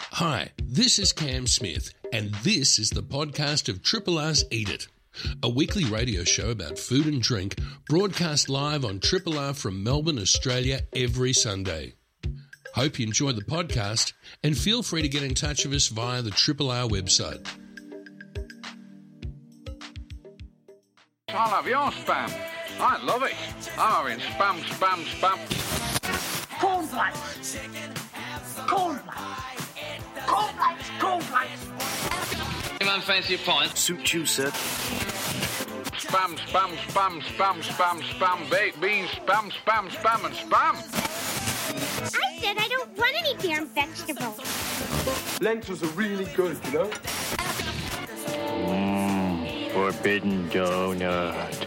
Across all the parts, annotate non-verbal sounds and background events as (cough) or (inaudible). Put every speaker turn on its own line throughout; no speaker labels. Hi, this is Cam Smith, and this is the podcast of Triple R's Eat It, a weekly radio show about food and drink broadcast live on Triple R from Melbourne, Australia every Sunday. Hope you enjoy the podcast and feel free to get in touch with us via the Triple R website.
I'll have your spam. I love it. I'll have it spam, spam, spam.
Cornflakes. Cornflakes. Cornflakes. Cornflakes.
Anyone fancy a pint?
Suit you, sir.
Spam, spam, spam, spam, spam, spam, baked beans, spam, spam, spam, and spam.
I said I don't want any damn vegetables.
Lentils are really good, you know?
Forbidden donut.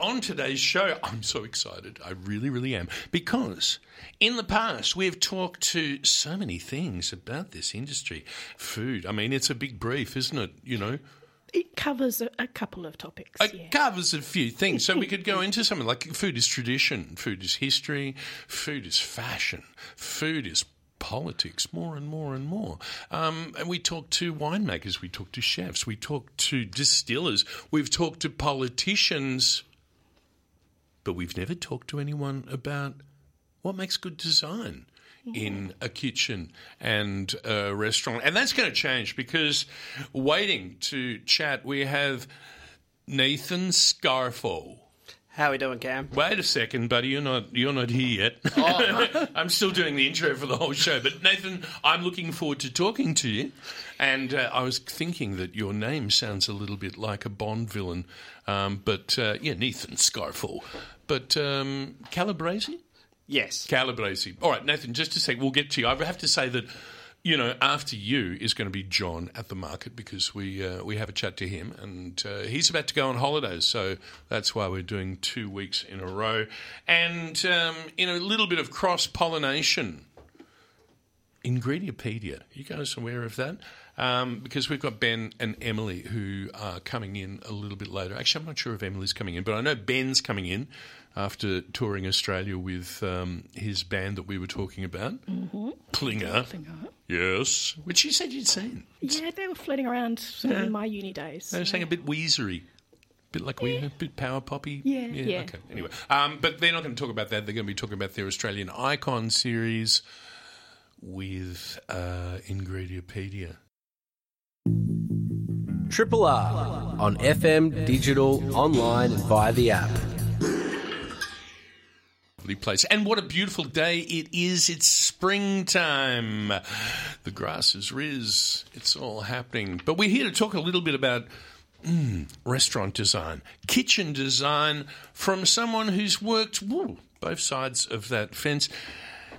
On today's show, I'm so excited. I really, really am. Because in the past, we have talked to so many things about this industry. Food, I mean, it's a big brief, isn't it? You know,
It covers a, a couple of topics.
It
yeah.
covers a few things. So we could go into something like food is tradition, food is history, food is fashion, food is politics, more and more and more. Um, and we talk to winemakers, we talk to chefs, we talk to distillers, we've talked to politicians, but we've never talked to anyone about what makes good design. In a kitchen and a restaurant. And that's going to change because waiting to chat, we have Nathan Scarfo.
How we doing, Cam?
Wait a second, buddy. You're not you're not here yet. (laughs) I'm still doing the intro for the whole show. But Nathan, I'm looking forward to talking to you. And uh, I was thinking that your name sounds a little bit like a Bond villain, um, but uh, yeah, Nathan Scarfo. But um, Calabresi.
Yes.
Calabresi. All right, Nathan, just a sec. We'll get to you. I have to say that, you know, after you is going to be John at the market because we uh, we have a chat to him and uh, he's about to go on holidays. So that's why we're doing two weeks in a row. And um, in a little bit of cross pollination. Ingredientpedia. You guys aware of that? Um, because we've got Ben and Emily who are coming in a little bit later. Actually, I'm not sure if Emily's coming in, but I know Ben's coming in after touring Australia with um, his band that we were talking about, Klinger.
Mm-hmm. Klinger.
Yes. Which you said you'd seen.
yeah, they were floating around sort of in my uni days.
They sang a bit Weezery. Bit like we a bit power poppy.
Yeah, yeah.
Okay. Anyway, um, but they're not going to talk about that. They're going to be talking about their Australian Icon series with uh, Ingredientpedia.
Triple R on FM, digital, online, and via the app.
Lovely place. And what a beautiful day it is. It's springtime. The grass is riz. It's all happening. But we're here to talk a little bit about mm, restaurant design, kitchen design from someone who's worked woo, both sides of that fence.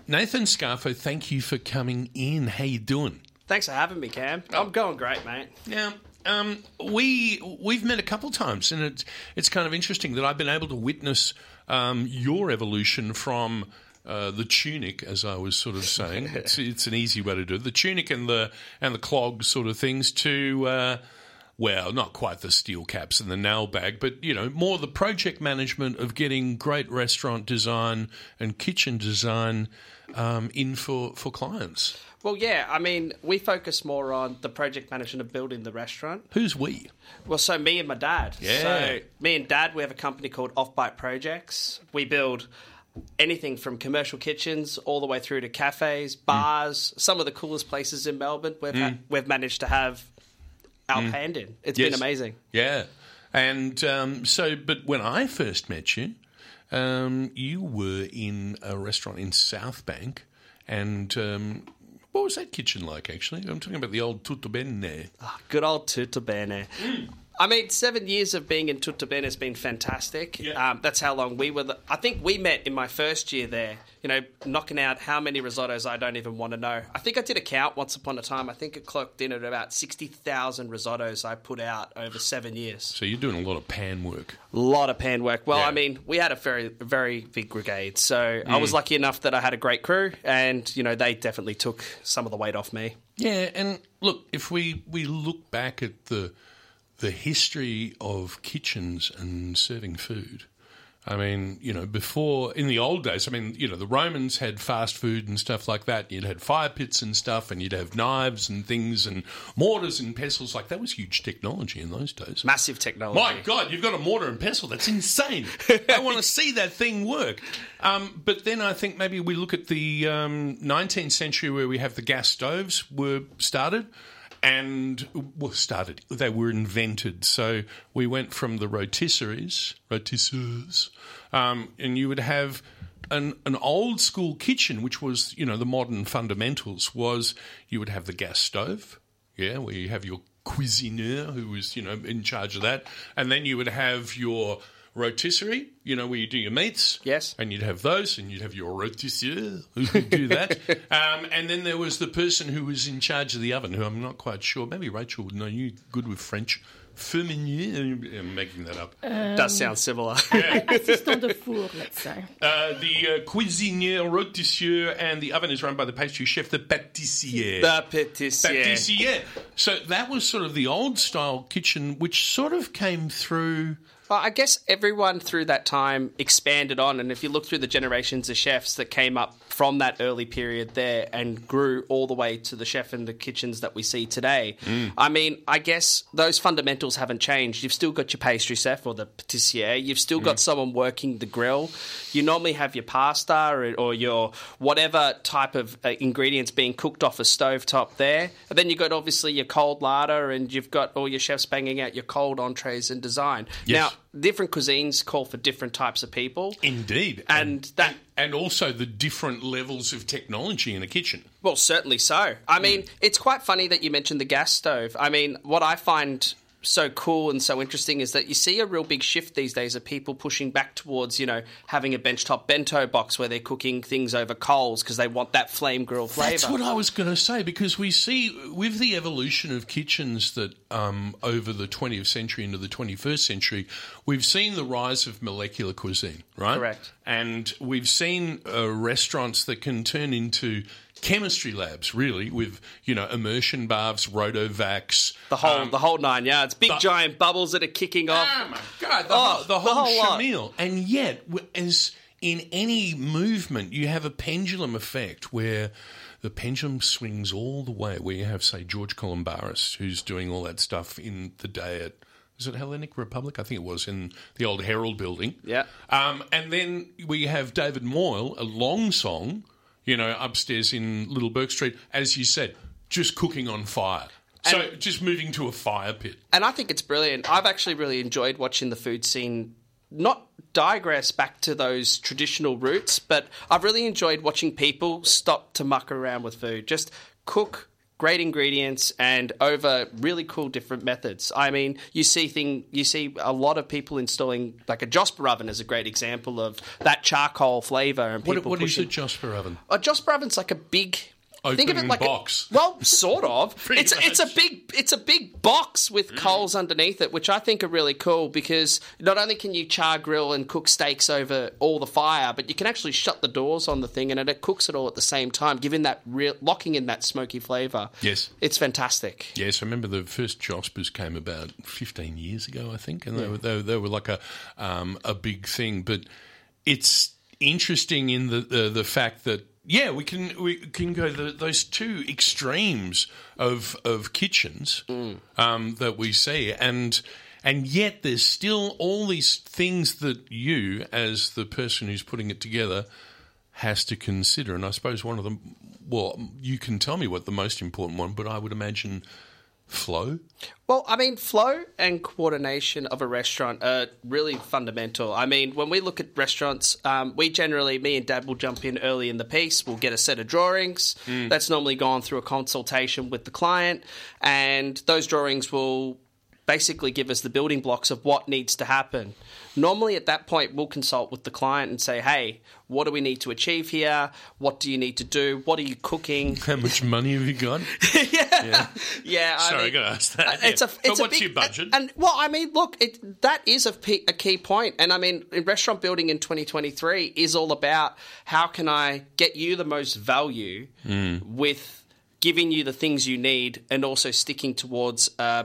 Nathan Scarfo, thank you for coming in. How you doing?
Thanks for having me, Cam.
Oh.
I'm going great, mate.
Now, um, we we've met a couple times, and it's it's kind of interesting that I've been able to witness um, your evolution from. Uh, the tunic, as I was sort of saying, it's, it's an easy way to do it. The tunic and the and the clog sort of things to uh, well, not quite the steel caps and the nail bag, but you know, more the project management of getting great restaurant design and kitchen design um, in for, for clients.
Well, yeah, I mean, we focus more on the project management of building the restaurant.
Who's we?
Well, so me and my dad.
Yeah.
So me and dad, we have a company called Off Bite Projects. We build anything from commercial kitchens all the way through to cafes,
Mm.
bars, some of the coolest places in Melbourne. We've ha- we've managed to have our hand in. It's been
Mm. Yes.
amazing.
Yeah. And um, so, but when I first met you, um, you were in a restaurant in South Bank, and um, what was that kitchen like? Actually, I'm talking about the old Tutto Bene.
Good old Tutto Bene.
Mm.
I mean, seven years of being in Tutto Bene has been fantastic.
Yeah.
Um, that's how long we were. The, I think we met in my first year there, you know, knocking out how many risottos I don't even want to know. I think I did a count once upon a time. I think it clocked in at about 60,000 risottos I put out over seven years.
So you're doing a lot of pan work.
A lot of pan work. Well,
Yeah.
I mean, we had a very, very big brigade. So I
Mm.
was lucky enough that I had a great crew, and, you know, they definitely took some of the weight off me.
Yeah, and look, if we we look back at the the history of kitchens and serving food, I mean, you know, before in the old days, I mean, you know, the Romans had fast food and stuff like that. You'd had fire pits and stuff, and you'd have knives and things and mortars and pestles. Like that was huge technology in those days.
Massive technology.
My God, you've got a mortar and pestle. That's insane. I want to see that thing work. Um, but then I think maybe we look at the um, 19th century where we have the gas stoves were started and well started they were invented so we went from the rotisseries rotisseries um, and you would have an, an old school kitchen which was you know the modern fundamentals was you would have the gas stove yeah, where you have your cuisinier who was, you know, in charge of that. And then you would have your rotisserie, you know, where you do your meats.
Yes.
And you'd have those, and you'd have your rotisserie who would
(laughs)
do that. um, and then there was the person who was in charge of the oven, who I'm not quite sure. Maybe Rachel would know you good with French. Ferminier, I'm making that up. Uh,
Does sound similar.
Assistant de four, let's say.
Uh, the uh, cuisinier, rotisseur, and the oven is run by the pastry chef, the pâtissier.
The Petitia.
Patisserie. So that was sort of the old style kitchen, which sort of came through.
Well, I guess everyone through that time expanded on, and if you look through the generations of chefs that came up from that early period there and grew all the way to the chef in the kitchens that we see today, I mean, I guess those fundamentals haven't changed. You've still got your pastry chef or the patissier, you've still got someone working the grill. You normally have your pasta or, or your whatever type of uh, ingredients being cooked off a stovetop there. And then you've got obviously your cold larder, and you've got all your chefs banging out your cold entrees and design.
Yes.
Now, different cuisines call for different types of people.
Indeed.
And that-
and also the different levels of technology in a kitchen.
Well, certainly so.
Mm.
I mean, it's quite funny that you mentioned the gas stove. I mean, what I find so cool and so interesting is that you see a real big shift these days of people pushing back towards, you know, having a benchtop bento box where they're cooking things over coals because they want that flame grill flavor.
That's what I was going to say because we see with the evolution of kitchens that um, over the 20th century into the 21st century, we've seen the rise of molecular cuisine, right?
Correct.
And we've seen uh, restaurants that can turn into chemistry labs, really, with you know immersion baths, rotovacs,
the whole, the whole nine yards, big
but-
giant bubbles that are kicking off.
Oh my god, the,
Oh,
whole, the
the
whole,
whole lot.
shamil. And yet, w- as in any movement, you have a pendulum effect where the pendulum swings all the way. Where you have, say, George Columbaris, who's doing all that stuff in the day at is it Hellenic Republic? I think it was in the old Herald Building.
Yeah.
Um, and then we have David Moyle, a long song, you know, upstairs in Little Burke Street, as you said, just cooking on fire. so just moving to a fire pit.
and I think it's brilliant. I've actually really enjoyed watching the food scene not digress back to those traditional roots, but I've really enjoyed watching people stop to muck around with food, just cook great ingredients and over really cool different methods. I mean, you see thing you see a lot of people installing like a Josper oven is a great example of that charcoal flavor and people
What, what is
pushing
a Jasper oven?
a Joss Bravin's Uh, like a big
Open
Think of it like a-
box.
(laughs) well, sort of.
(laughs) Pretty
it's it's a
much. Mm.
big it's a big box with coals underneath it, which I think are really cool because not only can you char grill and cook steaks over all the fire, but you can actually shut the doors on the thing and it, it cooks it all at the same time, giving that real locking in that smoky flavour.
Yes.
it's fantastic.
Yes, I remember the first Jospers came about 15 years ago, I think, and they were they, were- they were like a um, a big thing. But it's interesting in the the, the fact that yeah, we can we can go the, those two extremes of of kitchens um, that we see, and and yet there's still all these things that you, as the person who's putting it together, has to consider. And I suppose one of them, well, you can tell me what the most important one, but I would imagine flow.
Well, I mean, flow and coordination of a restaurant are really fundamental. I mean, when we look at restaurants, um, we generally, me and Dad will jump in early in the piece. We'll get a set of drawings. That's normally gone through a consultation with the client, and those drawings will basically give us the building blocks of what needs to happen. Normally, at that point, we'll consult with the client and say, hey, what do we need to achieve here? What do you need to do? What are you cooking?
How much money have you got?
Yeah, I
Sorry, (laughs) I
mean-
got to ask that.
it's a.
Yeah.
It's
but
a
what's
big-
your budget?
And, well, I mean, look, it, that is a, pe- a key point. And I mean, in restaurant building in 2023 is all about how can I get you the most value
Hmm.
with giving you the things you need and also sticking towards. Uh,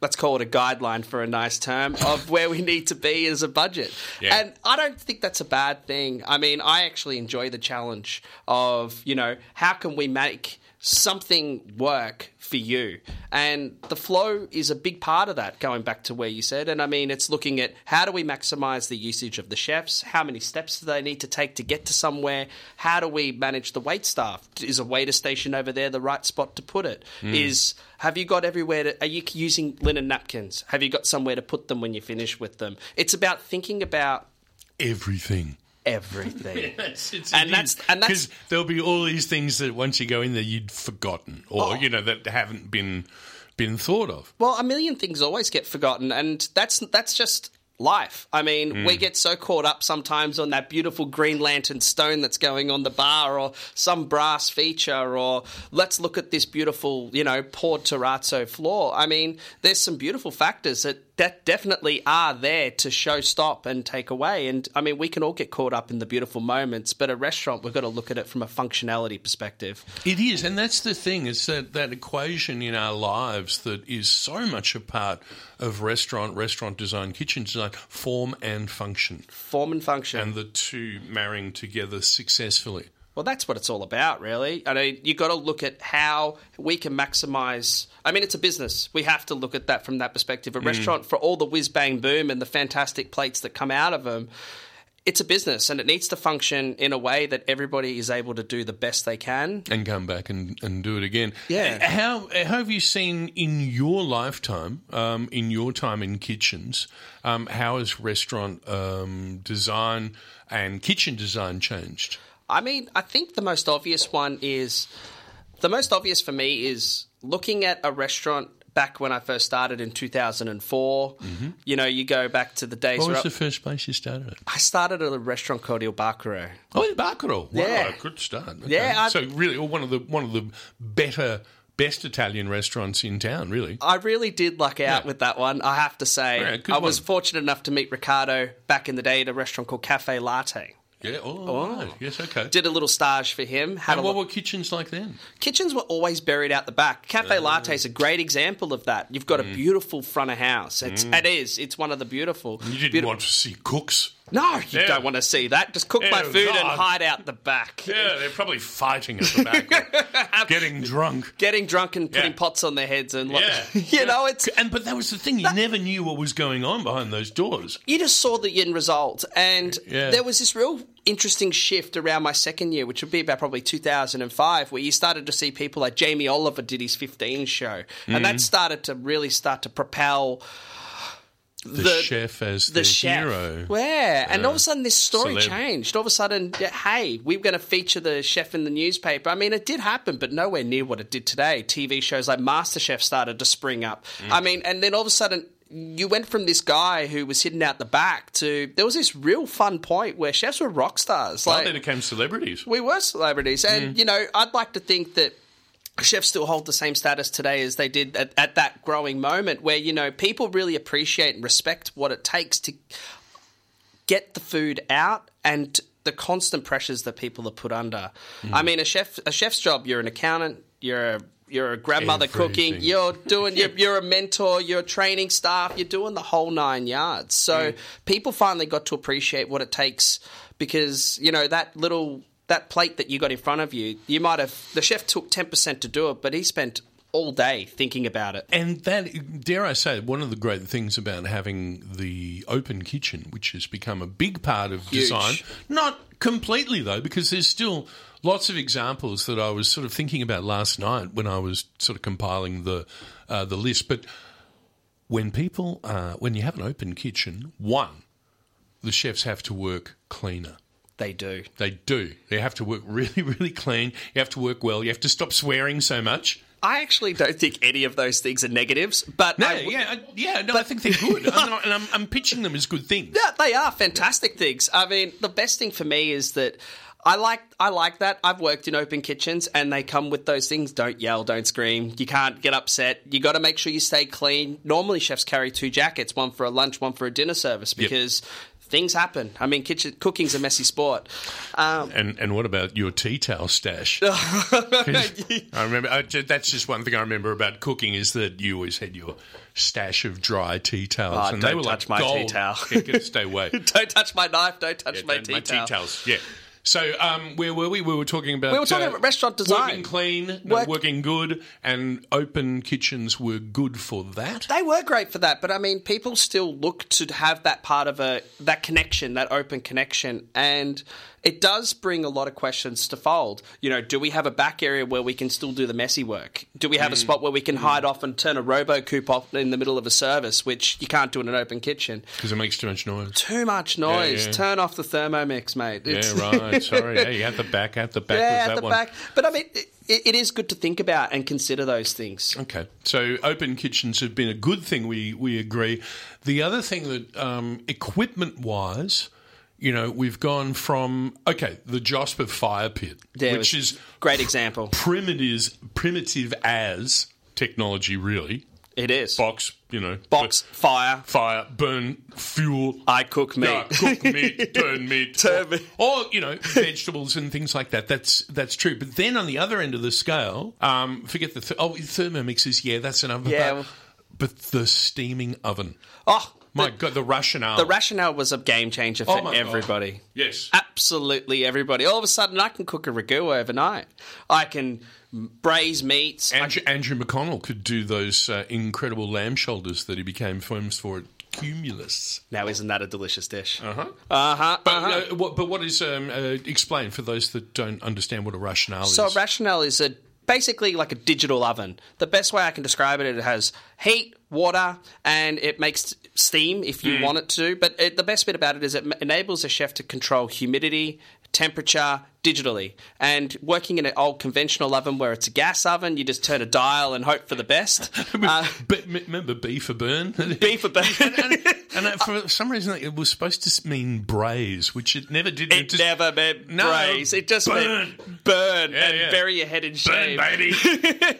Let's call it a guideline for a nice term of where we need to be as a budget.
Yeah.
And I don't think that's a bad thing. I mean, I actually enjoy the challenge of, you know, how can we make something work for you? And the flow is a big part of that, going back to where you said. And I mean, it's looking at how do we maximize the usage of the chefs? How many steps do they need to take to get to somewhere? How do we manage the wait staff? Is a waiter station over there the right spot to put it? Is have you got everywhere to, are you using linen napkins? Have you got somewhere to put them when you finish with them? It's about thinking about
Everything.
everything.
It's, it's,
And that's- and that's-
because there'll be all these things that once you go in there you'd forgotten or you know that haven't been been thought of.
well, a million things always get forgotten, and that's that's just life. I mean, we get so caught up sometimes on that beautiful Green Lantern stone that's going on the bar, or some brass feature, or let's look at this beautiful, you know, poured terrazzo floor. I mean, there's some beautiful factors that that definitely are there to show stop and take away. And I mean, we can all get caught up in the beautiful moments, but a restaurant, we've got to look at it from a functionality perspective.
It is, and that's the thing. It's that, that equation in our lives that is so much a part of restaurant, restaurant design, kitchen design, form and function,
Form and function.
and the two marrying together successfully.
Well, that's what it's all about, really. I mean, you got to look at how we can maximize. I mean, it's a business. We have to look at that from that perspective.
Mm.
A restaurant, for all the whiz bang boom and the fantastic plates that come out of them, it's a business and it needs to function in a way that everybody is able to do the best they can.
and come back and, and do it again. Uh,
Yeah.
How, how have you seen in your lifetime, um, in your time in kitchens, um, how has restaurant um, design and kitchen design changed?
I mean, I think the most obvious one is the most obvious for me is looking at a restaurant back when I first started in 2004. You know, you go back to the days
Mm-hmm. What
where
was
I-
the first place you started at?
I started at a restaurant called Il Baccaro.
Oh, in Bacaro. Wow,
Yeah.
good start. Okay.
Yeah, I-
so really, well, one of the one of the better, best Italian restaurants in town. Really,
I really did luck out with that one. I have to say,
Yeah, good
I was
one.
fortunate enough to meet Ricardo back in the day at a restaurant called Cafe Latte.
yeah. Oh, right. yes, okay.
Did a little stage for him. Had
and
a
what
lo-
were kitchens like then?
kitchens were always buried out the back. Cafe
Ah.
Latte is a great example of that. You've
Mm.
got a beautiful front of house. It's it is. It's one of the beautiful.
You didn't
beauti-
want to see cooks.
No, you
Yeah.
don't want to see that. Just cook my
Ew,
food and
God.
hide out the back.
Yeah, they're probably fighting at the
(laughs)
back, getting drunk.
Getting drunk and putting
Yeah.
pots on their heads and like,
Yeah.
(laughs) you know it's
And but that was the thing; you never knew what was going on behind those doors.
you just saw the end result. And
Yeah.
there was this real interesting shift around my second year, which would be about probably 2005, where you started to see people like Jamie Oliver did his 15 show. And
Mm.
that started to really start to propel
The, chef as the,
the chef.
hero.
Where? and all of a sudden, this story
celeb.
changed. All of a sudden, yeah, hey, we're going to feature the chef in the newspaper. I mean, it did happen, but
Mm.
nowhere near what it did today. TV shows like MasterChef started to spring up. I mean, and then all of a sudden, you went from this guy who was hidden out the back to there was this real fun point where chefs were rock stars.
Well, then it came celebrities.
We were celebrities, and
Mm.
you know, I'd like to think that chefs still hold the same status today as they did at, at that growing moment, where you know people really appreciate and respect what it takes to get the food out and the constant pressures that people are put under. I mean, a chef, a chef's job. You're an accountant. You're a you're a grandmother cooking.
Everything.
You're doing. You're, you're a mentor. You're training staff. You're doing the whole nine yards. So people finally got to appreciate what it takes because you know that little that plate that you got in front of you. You might have the chef took ten percent to do it, but he spent all day thinking about it.
And that, dare I say, one of the great things about having the open kitchen, which has become a big part of
Huge.
design, not completely though, because there's still lots of examples that I was sort of thinking about last night when I was sort of compiling the uh, the list. But when people, uh, when you have an open kitchen, one, the chefs have to work cleaner.
They do.
They do. They have to work (laughs) really, really clean. You have to work well. You have to stop swearing so much.
I actually don't think any of those things are negatives, but
No,
I-
yeah, I, yeah, no, I think they're good,
(laughs)
I'm not, and I'm, I'm pitching them as good things.
Yeah, they are fantastic things. I mean, the best thing for me is that I like I like that. I've worked in open kitchens and they come with those things. Don't yell, don't scream. You can't get upset. You got to make sure you stay clean. Normally chefs carry two jackets, one for a lunch, one for a dinner service because things happen. I mean, kitchen cooking's a messy sport. (laughs)
And and what about your tea towel stash?
Oh,
I remember I, ju- that's just one thing I remember about cooking is that you always had your stash of dry tea towels,
Ah,
and
don't
they were
touch
like
my tea
gold.
towel.
(laughs) Yeah, get- stay
(laughs)
away.
don't touch my knife, don't touch
Yeah,
my,
don't-
tea,
tea
towel.
towels. Yeah. So um, where were we? We were talking about uh,
We were talking about restaurant design.
working clean, no,
Work-
working good, and open kitchens were good for that.
They were great for that, but I mean, people still look to have that part of a that connection, that open connection, and it does bring a lot of questions to fold. You know, do we have a back area where we can still do the messy work? Do we have a
Mm.
spot where we can hide off and turn a robo coop off in the middle of a service, which you can't do in an open kitchen?
Because it makes too much noise.
Too much noise.
yeah.
Turn off the thermomix, mate.
Yeah,
(laughs)
right. Sorry. Yeah, you had the back, at the back. was
yeah,
that
at the
one.
back. But I mean, it, it is good to think about and consider those things.
Okay, so open kitchens have been a good thing. We we agree. The other thing that um, equipment wise, you know, we've gone from okay the Josper fire pit,
There
which
was-
is
Great example.
primitive primitive as technology really
It is.
box you know
Box,
bu-
fire.
fire burn fuel
I cook meat.
Yeah, cook meat, turn meat,
Turn
or,
meat.
or, you know vegetables and things like that. That's that's true. But then on the other end of the scale, um, forget the th- oh thermomixes. Yeah, that's another.
Yeah,
but,
well-
but the steaming oven.
(laughs) Oh
My
the,
God, the rationale.
the Uh, rationale was a game changer
Oh
for
my God.
everybody.
Yes.
Absolutely everybody. All of a sudden, I can cook a ragu overnight. I can braise meats. I
Andrew, Andrew McConnell could do those uh, incredible lamb shoulders that he became famous for at Cumulus.
now, isn't that a delicious dish?
Uh-huh.
Uh-huh.
But, uh, what, but what is, um, uh, explain for those that don't understand what a rationale
So
is.
rationale is a basically like a digital oven. The best way I can describe it, it has heat, water, and it makes steam if you want it to. But it, the best bit about it is it m- enables a chef to control humidity, temperature digitally. And working in an old conventional oven where it's a gas oven, you just turn a dial and hope for the best. Uh,
but m- remember, B for burn? (laughs)
B for burn. (laughs)
And uh, for some reason, it was supposed to mean braise, which it never did.
It
just-
never meant
No,
braise. It just
burn.
meant burn
Yeah,
and
yeah.
bury your head in
Burn,
shame.
baby.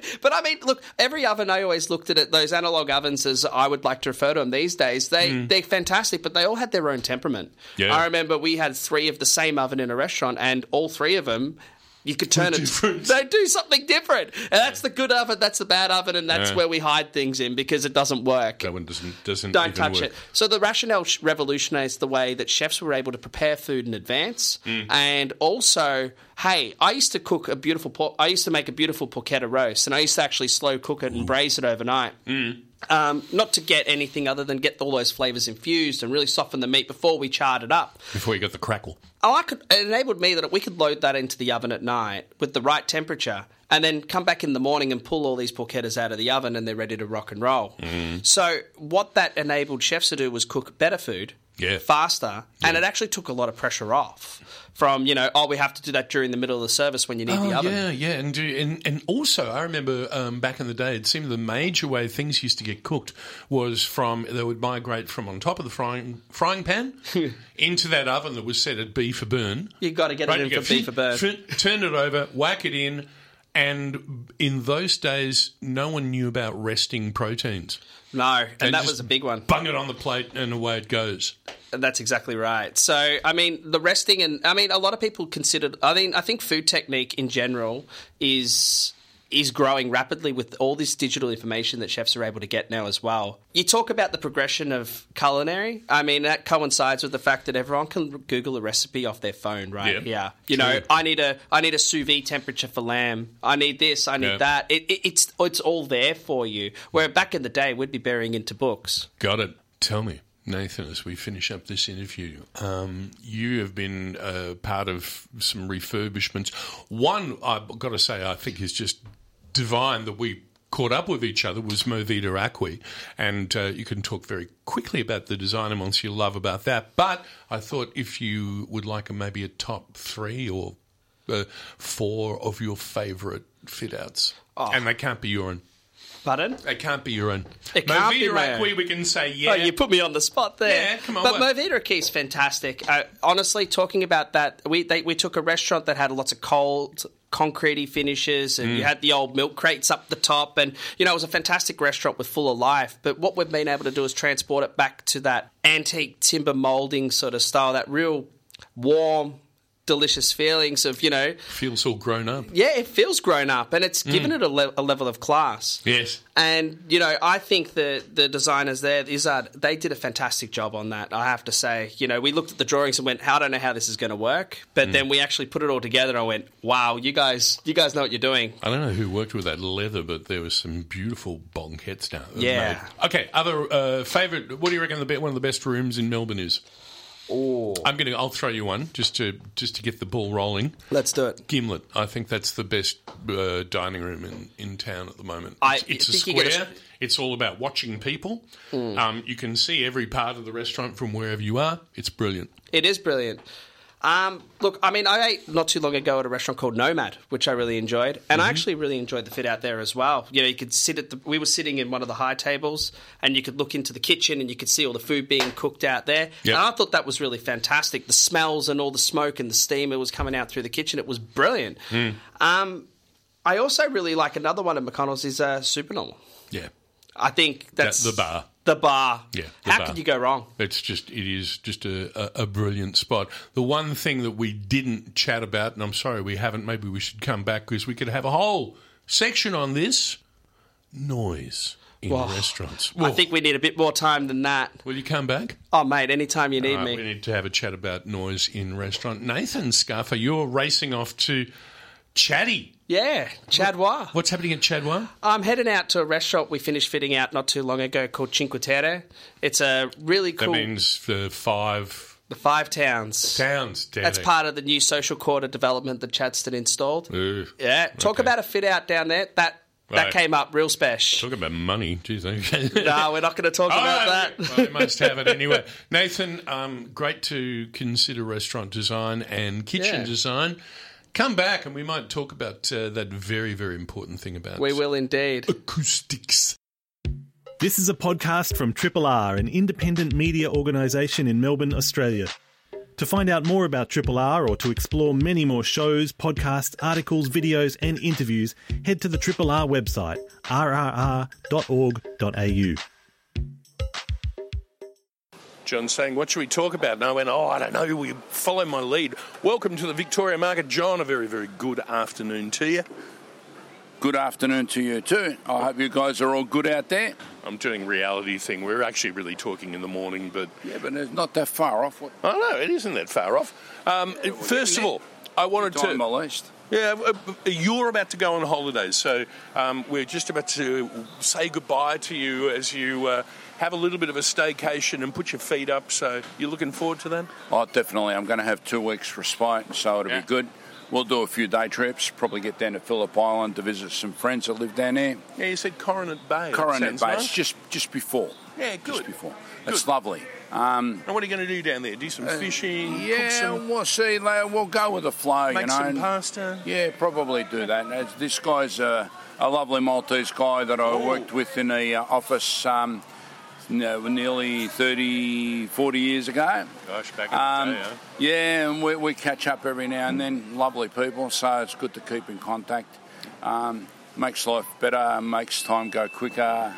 (laughs) but I mean, look, every oven I always looked at it, those analog ovens, as I would like to refer to them these days, they they're fantastic, but they all had their own temperament.
Hmm. Yeah.
I remember we had three of the same oven in a restaurant, and all three of them. You could turn it.
different.
(laughs) They do something different, and that's the good oven. That's the bad oven, and that's
Yeah.
where we hide things in because it doesn't work.
that one doesn't doesn't
Don't
even
touch
work.
it. So the rationale sh- revolutionised the way that chefs were able to prepare food in advance,
Mm.
and also, hey, I used to cook a beautiful. Por- I used to make a beautiful porchetta roast, and I used to actually slow cook
Mm.
it and braise it overnight. Um, not to get anything other than get all those flavors infused and really soften the meat before we charred it up.
before you got the crackle.
Oh, I could. It enabled me that we could load that into the oven at night with the right temperature, and then come back in the morning and pull all these porchettas out of the
Mm-hmm.
oven, and they're ready to rock and roll. So, what that enabled chefs to do was cook better food
Yeah.
faster, and it actually took a lot of pressure off from you know oh we have to do that during the middle of the service when you need the
Oh,
oven.
yeah, yeah, and do, and and also I remember um, back in the day, it seemed the major way things used to get cooked was from they would migrate from on top of the frying frying
(laughs)
pan into that oven that was set at B for burn.
You got to get
Right,
it in
you go
for beef for bird.
turn it over, whack it in, and in those days, no one knew about resting proteins.
No,
They
and that
just
was a big one.
Bung it on the plate, and away it goes.
That's exactly right. So, I mean, the resting and I mean, a lot of people considered. I mean, I think food technique in general is is growing rapidly with all this digital information that chefs are able to get now as well. You talk about the progression of culinary. I mean, that coincides with the fact that everyone can Google a recipe off their phone right
Yeah.
here. You know,
True.
I need a I need a sous vide temperature for lamb. I need this. I need
Yeah.
that. It, it, it's it's all there for you. Where back in the day, we'd be burying into books.
Got it. Tell me, Nathan, as we finish up this interview, um, you have been uh, part of some refurbishments. One, I've got to say, I think is just divine that we caught up with each other was Movida Acqui. And uh, you can talk very quickly about the design and once you love about that. But I thought if you would like a, maybe a top three or uh, four of your favourite fit outs,
Oh.
and they can't be your own.
Pardon?
They can't be your own.
It can't be
Movida
my own.
Acqui, we can say yeah.
Oh, you put me on the spot there.
Yeah, come on,
But
what?
Movida Key's fantastic. Uh, honestly, talking about that, we they, we took a restaurant that had lots of cold, concretey finishes,
Mm.
and you had the old milk crates up the top, and you know it was a fantastic restaurant with full of life. But what we've been able to do is transport it back to that antique timber molding sort of style, that real warm. Delicious feelings of you know,
feels all grown up.
yeah, it feels grown up, and
Mm.
it's given it a, le- a level of class.
Yes.
And you know, I think the the designers there, Izzard, they did a fantastic job on that. I have to say, you know, we looked at the drawings and went, "I don't know how this is going to work," but then we actually put it all together. and I went, "Wow, you guys, you guys know what you're doing."
I don't know who worked with that leather, but there was some beautiful bong heads down. that were
Yeah.
made. Okay. Other uh, favorite. What do you reckon the be- one of the best rooms in Melbourne is? Oh. I'm gonna. I'll throw you one just to just to get the ball rolling.
Let's do it.
Gimlet. I think that's the best uh, dining room in, in town at the moment.
I-
It's, it's a
think you
square.
get a- Hmm.
it's all about watching people. Um, you can see every part of the restaurant from wherever you are. It's brilliant.
It is brilliant. Um, look, I mean, I ate not too long ago at a restaurant called Nomad, which I really enjoyed, and
Mm-hmm.
I actually really enjoyed the fit out there as well. You know, you could sit at the we were sitting in one of the high tables, and you could look into the kitchen, and you could see all the food being cooked out there. And
Yep.
I thought that was really fantastic. The smells and all the smoke and the steam that was coming out through the kitchen, it was brilliant.
Mm.
Um, I also really like another one at McConnell's is uh, Supernormal.
Yeah.
I think that's
the bar.
The bar.
Yeah, the
How
bar.
could you go wrong?
It's just it is just a, a, a brilliant spot. The one thing that we didn't chat about, and I'm sorry we haven't. Maybe we should come back because we could have a whole section on this noise in restaurants.
I think we need a bit more time than that.
Will you come back?
Oh, mate, anytime you need
All right,
me.
Uh, we need to have a chat about noise in restaurant. Nathan Scuffer, you're racing off to Chatty.
Yeah, Chad Wah.
What's happening at Chadwa?
I'm heading out to a restaurant we finished fitting out not too long ago called Cinque Terre. It's a really
That
cool
means the five
the five towns.
towns.
That's part of the new social quarter development that Chadston installed. Yeah, talk
Mm. okay.
about a fit out down there. That
Right.
that came up real special.
(laughs) Talk about money. Jeez,
(laughs)
okay.
No, we're not going to talk about
Oh,
that.
well, they must have it anyway. (laughs) Nathan, um, great to consider restaurant design and kitchen
Yeah.
design. Come back and we might talk about uh, that very, very important thing about
We will indeed.
acoustics.
This is a podcast from Triple R, an independent media organisation in Melbourne, Australia. To find out more about Triple R or to explore many more shows, podcasts, articles, videos, and interviews, head to the Triple R website, rrr.org.au.
John saying, What should we talk about? And I went, Oh, I don't know. Will you follow my lead? Welcome to the Victoria Market. John, a very, very good afternoon to you.
Good afternoon to you too. I hope you guys are all good out there.
I'm doing reality thing. We're actually really talking in the morning, but
Yeah, but it's not that far off. What
I don't know. It isn't that far off. Um, first of all, I wanted to.
time at least?
Yeah, uh, you're about to go on holidays, so um, we're just about to say goodbye to you as you uh, have a little bit of a staycation and put your feet up. So you're looking forward to that?
Oh, definitely. I'm going to have two weeks respite, so it'll
Yeah.
be good. We'll do a few day trips. Probably get down to Phillip Island to visit some friends that live down there.
Yeah, you said Coronet Bay. that
Coronet
sounds
Bay,
nice.
just just before.
Yeah, good.
Just before. It's
Good.
lovely.
Um, and what are you going to do down there? Do some fishing?
Uh, Yeah,
cook some,
we'll see. la- We'll go with the flow,
make
you know.
some
and-
pasta?
Yeah, probably do that. And it's- This guy's a, a lovely Maltese guy that I
Oh.
worked with in the uh, office um, no, nearly 30, 40 years ago.
Gosh, back in
Um,
the day, huh?
yeah, and we, we catch up every now and then. Lovely people, so it's good to keep in contact. Um, makes life better, makes time go quicker.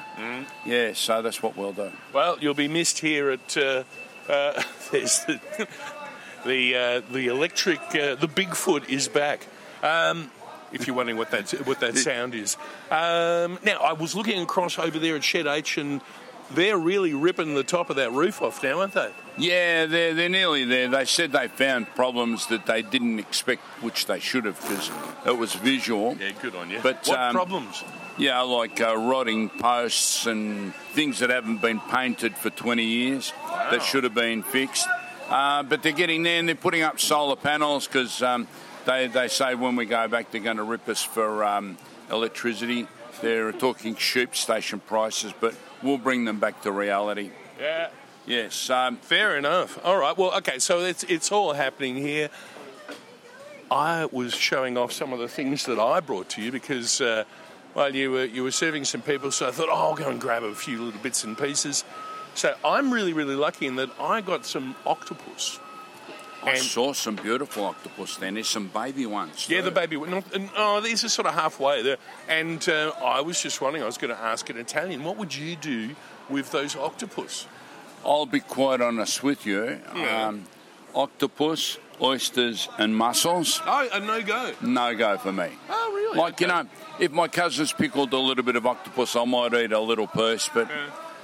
Yeah, so that's what we'll do.
Well, you'll be missed here at uh, uh, (laughs) there's the the, uh, the electric uh, the Bigfoot is back. Um, if you're wondering what that what that sound is, um, now I was looking across over there at Shed H, and they're really ripping the top of that roof off now, aren't they?
Yeah, they're, they're nearly there. They said they found problems that they didn't expect, which they should have because it was visual.
Yeah, good on you.
But,
what
um,
problems?
Yeah, like uh, rotting posts and things that haven't been painted for 20 years that should have been fixed. Uh, but they're getting there and they're putting up solar panels because um, they, they say when we go back they're going to rip us for um, electricity. They're talking sheep station prices, but we'll bring them back to reality.
Yeah.
Yes. Um,
Fair enough. All right. Well, okay. So it's it's all happening here. I was showing off some of the things that I brought to you because, uh, well, you were you were serving some people, so I thought, oh, I'll go and grab a few little bits and pieces. So I'm really really lucky in that I got some octopus.
I saw some beautiful octopus then. There's some baby ones.
Yeah, the
too.
baby. Not, oh, these are sort of halfway there. And uh, I was just wondering, I was going to ask an Italian, what would you do with those octopus?
I'll be quite honest with you. Um, octopus, oysters, and mussels,
Oh, a no go.
no go for me.
Oh, really?
Like, you know, if my cousin's pickled a little bit of octopus, I might eat a little purse, but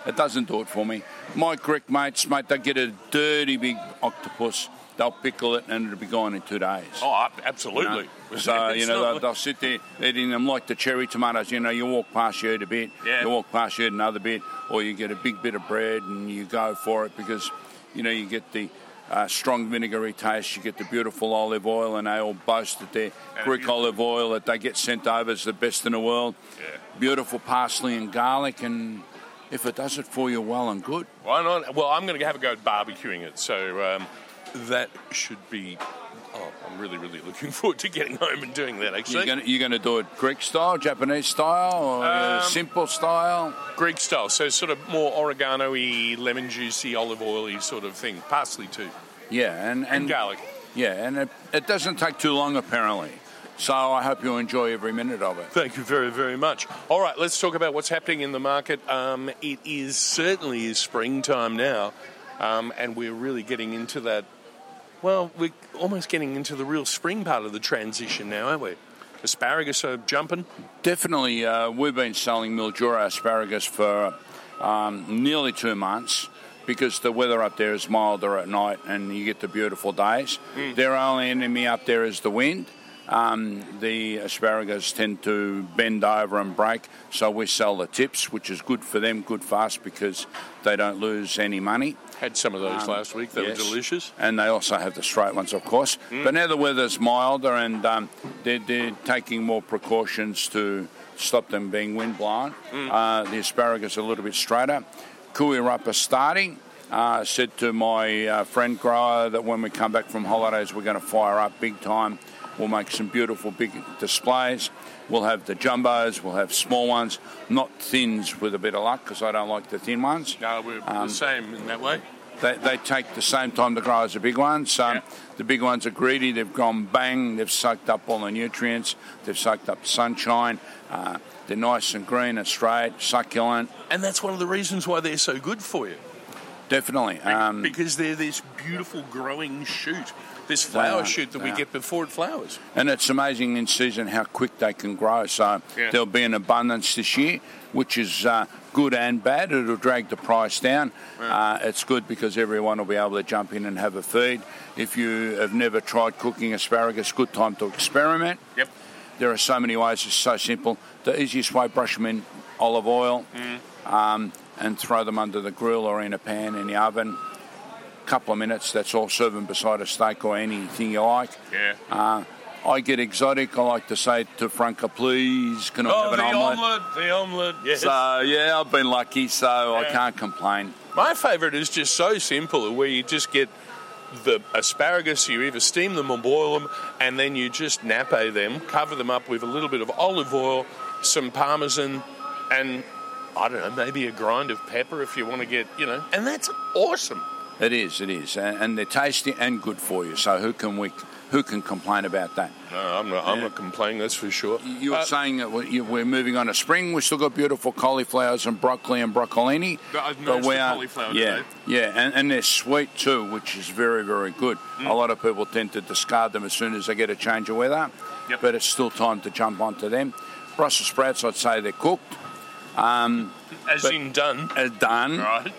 it doesn't do it for me. My Greek mates, mate, they get a dirty big octopus, they'll pickle it, and it'll be gone in two days.
Oh, ab-
you know?
(laughs) absolutely.
So, you
It's
know,
not
they'll, they'll sit there eating them like the cherry tomatoes. You know, you walk past, you eat a bit,
Yeah.
you walk past, you eat another bit, or you get a big bit of bread and you go for it because, you know, you get the uh, strong vinegary taste, you get the beautiful olive oil, and they all boast that their Greek olive oil that they get sent over is the best in the world.
Yeah.
Beautiful parsley and garlic, and if it does it for you, well and good.
Why not? Well, I'm going to have a go at barbecuing it, so um, that should be. Oh, I'm really, really looking (laughs) forward to getting home and doing that. Actually,
You're going you're gonna do it Greek style, Japanese style, or uh,
Um,
simple style?
Greek style, so sort of more oregano-y, lemon juicy, olive oily sort of thing. Parsley too,
Yeah, and,
and garlic.
Yeah, and it, it doesn't take too long apparently. So I hope you enjoy every minute of it.
Thank you very, very much. All right, let's talk about what's happening in the market. Um, it is certainly is springtime now, um, and we're really getting into that. Well, we're almost getting into the real spring part of the transition now, aren't we? Asparagus are jumping.
Definitely, uh, we've been selling Mildura asparagus for um, nearly two months because the weather up there is milder at night and you get the beautiful days. Their only enemy up there is the wind. Um, the asparagus tend to bend over and break, so we sell the tips, which is good for them, good for us because they don't lose any money.
Had some of those last week. They
yes.
were delicious.
and they also have the straight ones, of course.
Mm.
But now the weather's milder, and um, they're, they're taking more precautions to stop them being windblown.
Mm.
Uh, the asparagus are a little bit straighter. Kuirapa starting. Uh, said to my uh, friend grower that when we come back from holidays, we're going to fire up big time. We'll make some beautiful big displays. We'll have the jumbos, we'll have small ones, not thins with a bit of luck because I don't like the thin ones. Um,
No, we're the same in that way.
They, they take the same time to grow as the big ones. So
Yeah.
the big ones are greedy. They've gone bang. They've soaked up all the nutrients. They've soaked up sunshine. Uh, they're nice and green and straight, succulent.
And that's one of the reasons why they're so good for you.
Definitely. Um,
because they're this beautiful growing shoot, this flower
are,
shoot that
they
we
are.
get before it flowers.
and it's amazing in season how quick they can grow. So
Yeah.
there'll be an abundance this year, which is uh, good and bad. It'll drag the price down. Uh, it's good because everyone will be able to jump in and have a feed. If you have never tried cooking asparagus, good time to experiment.
Yep.
There are so many ways. It's so simple. The easiest way: brush them in olive oil,
Mm.
um, and throw them under the grill or in a pan in the oven. Couple of minutes. That's all. Serve them beside a steak or anything you like.
Yeah.
Uh, I get exotic. I like to say to Franca, please, can I
oh,
have an
the
omelette?
the omelette. Yes.
So, yeah, I've been lucky, so I
Yeah.
can't complain.
My favourite is just so simple, where you just get the asparagus, you either steam them or boil them, and then you just nappe them, cover them up with a little bit of olive oil, some parmesan, and I don't know, maybe a grind of pepper if you want to get, you know, and that's awesome.
It is, it is, and, and they're tasty and good for you. So who can we, who can complain about that?
No, I'm not, I'm not complaining, that's for sure.
You
Uh,
were saying that we- you- we're moving on to spring. We've still got beautiful cauliflowers and broccoli and broccolini.
But I've noticed the cauliflower
yeah,
today.
yeah, and, and they're sweet too, which is very, very good.
Mm.
A lot of people tend to discard them as soon as they get a change of weather,
Yep.
but it's still time to jump onto them. Brussels sprouts, I'd say they're cooked. Um,
As
but-
in done.
uh, done.
Right.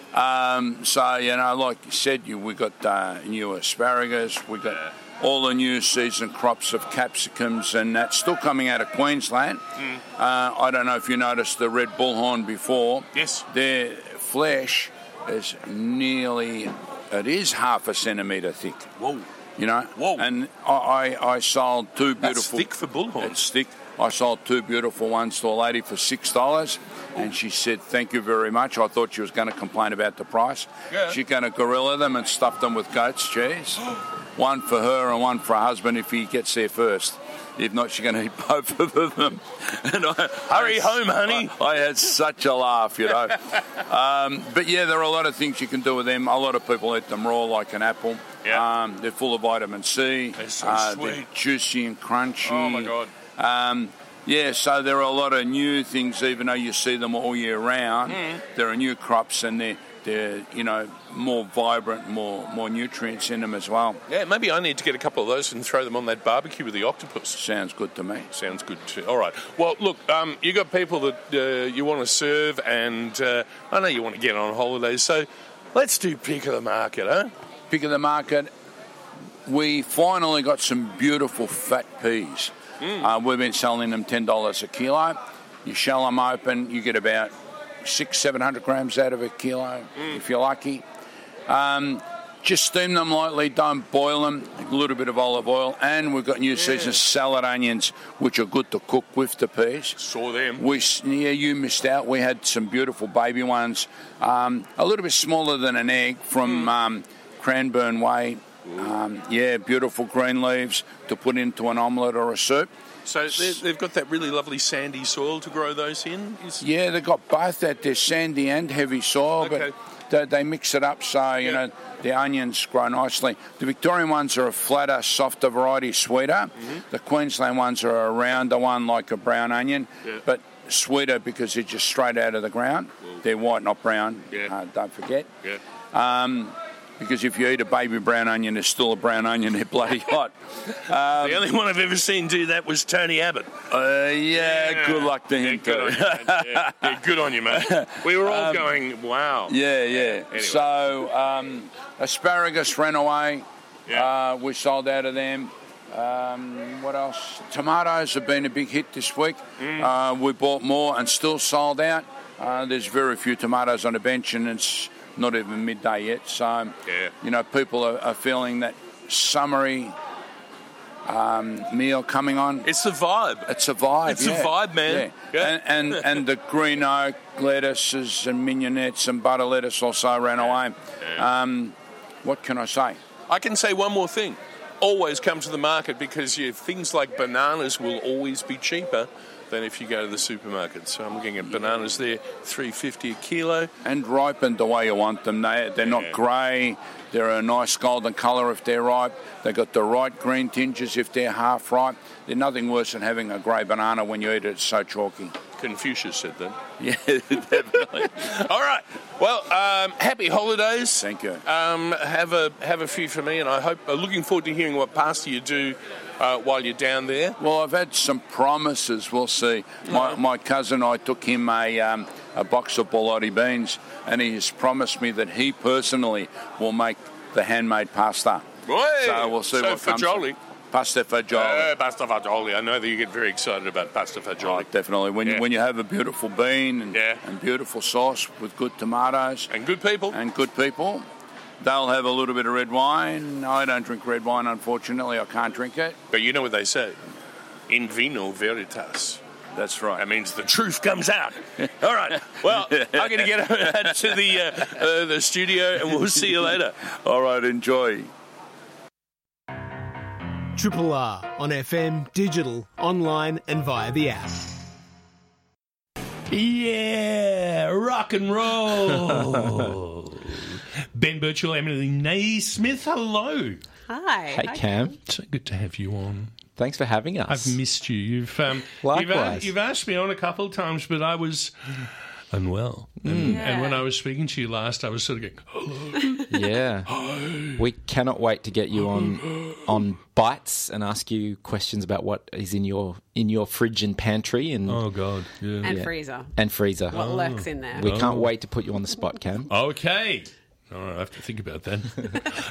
Um, so you know, like you said, you, we got uh, new asparagus. We got all the new season crops of capsicums, and that's still coming out of Queensland.
Mm.
Uh, I don't know if you noticed the red bullhorn before.
Yes.
Their flesh is nearly, it is half a centimetre thick.
Whoa.
You know.
Whoa.
And I, I, I sold two
That's
beautiful
thick for bullhorn.
it's thick. I sold two beautiful ones to a lady for six dollars, and she said, "Thank you very much." I thought she was going to complain about the price.
Yeah.
She's going to gorilla them and stuff them with goat's cheese. one for her and one for her husband if he gets there first. If not, she's going to eat (laughs) both of them. And I,
Hurry home, honey.
I, I had such a laugh, you
(laughs)
know. um, but yeah, there are a lot of things you can do with them. A lot of people eat them raw, like an apple.
Yeah.
Um, they're full of vitamin C. Uh,
They're so
they're
sweet.
juicy and crunchy.
Oh, my God.
Um, yeah, so there are a lot of new things, even though you see them all year round. There are new crops, and they're they're you know more vibrant, more more nutrients in them as well.
Yeah, maybe I need to get a couple of those and throw them on that barbecue with the octopus.
Sounds good to me.
Sounds good too. All right. Well, look, um, you got people that uh, you want to serve, and uh, I know you want to get on holidays, so let's do pick of the market, huh?
Pick of the market. We finally got some beautiful fat peas. Uh, we've been selling them ten dollars a kilo. You shell them open, you get about six, seven hundred grams out of a kilo if you're lucky. Um, Just steam them lightly, don't boil them. A little bit of olive oil, and we've got new season salad onions, which are good to cook with the peas.
Saw them.
We, yeah, you missed out. We had some beautiful baby ones, um, a little bit smaller than an egg from um, Cranbourne Way. Um, yeah, beautiful green leaves to put into an omelette or a soup.
So they- they've got that really lovely sandy soil to grow those in. Is-
Yeah, they got both that. They're sandy and heavy soil,
Okay.
but they, they mix it up so, you
Yeah.
know, the onions grow nicely. The Victorian ones are a flatter, softer variety, sweeter.
Mm-hmm.
The Queensland ones are a rounder one, like a brown onion,
Yeah.
but sweeter because they're just straight out of the ground. They're white, not brown,
Yeah.
uh, don't forget.
Yeah.
Because if you eat a baby brown onion, it's still a brown onion, they're bloody hot.
the only one I've ever seen do that was Tony Abbott.
Uh, yeah, good luck to
Yeah,
him,
good on
too.
you, (laughs) mate. Yeah. Yeah, good on you, (laughs) mate. We were all going, wow.
Yeah, yeah.
Anyway.
So um, asparagus ran away.
Yeah.
Uh, we sold out of them. Um, what else? Tomatoes have been a big hit this week.
Mm.
Uh, we bought more and still sold out. Uh, there's very few tomatoes on the bench, and it's not even midday yet. So,
Yeah.
you know, people are, are feeling that summery um, meal coming on.
It's the vibe.
It's a vibe.
It's a
yeah.
vibe, man.
Yeah.
Yeah.
And, and and the green oak lettuces and mignonettes and butter lettuce also ran away. Um, what can I say?
I can say one more thing. Always come to the market because you, things like bananas will always be cheaper than if you go to the supermarket. So I'm looking at bananas there, three fifty a kilo.
And ripened the way you want them. They they're not
Yeah.
grey. They're a nice golden colour if they're ripe. They got the right green tinges if they're half ripe. They're nothing worse than having a grey banana when you eat it. It's so chalky.
Confucius said that.
(laughs) Yeah, definitely.
(laughs) All right. Well, um, happy holidays.
Thank you.
Um, have a have a few for me, and I hope. Uh, looking forward to hearing what pasta you do uh, while you're down there.
Well, I've had some promises. We'll see. My, my cousin, I took him a, um, a box of bologna beans, and he has promised me that he personally will make the handmade pasta.
Right.
So we'll see
so
what comes.
fagioli.
Pasta fagioli.
Uh, pasta fagioli. I know that you get very excited about pasta fagioli.
Oh, definitely. When
Yeah.
you when you have a beautiful bean and,
Yeah.
and beautiful sauce with good tomatoes
And good people.
and good people, They'll have a little bit of red wine. I don't drink red wine, unfortunately. I can't drink it.
But you know what they say in vino veritas.
That's right.
That means the truth comes out. (laughs) All right. Well, I'm going to get over to the uh, uh, the studio, and we'll see you later.
All right. Enjoy.
Triple R on FM, digital, online, and via the app.
Yeah, rock and
Oh,
roll. ben Birchall, Emily Naismith, hello.
Hi.
Hey, Cam.
So good to have you on.
Thanks for having us.
I've missed you. You've um, you've, a-
Likewise.
you've asked me on a couple of times, but I was unwell. And, and when I was speaking to you last, I was sort of going,
yeah. we cannot wait to get you on on bites and ask you questions about what is in your in your fridge and pantry and
Oh god, yeah.
And freezer.
and freezer.
What lurks in there.
We
Oh.
can't wait to put you on the spot, Cam.
Okay. All right, I have to think about that.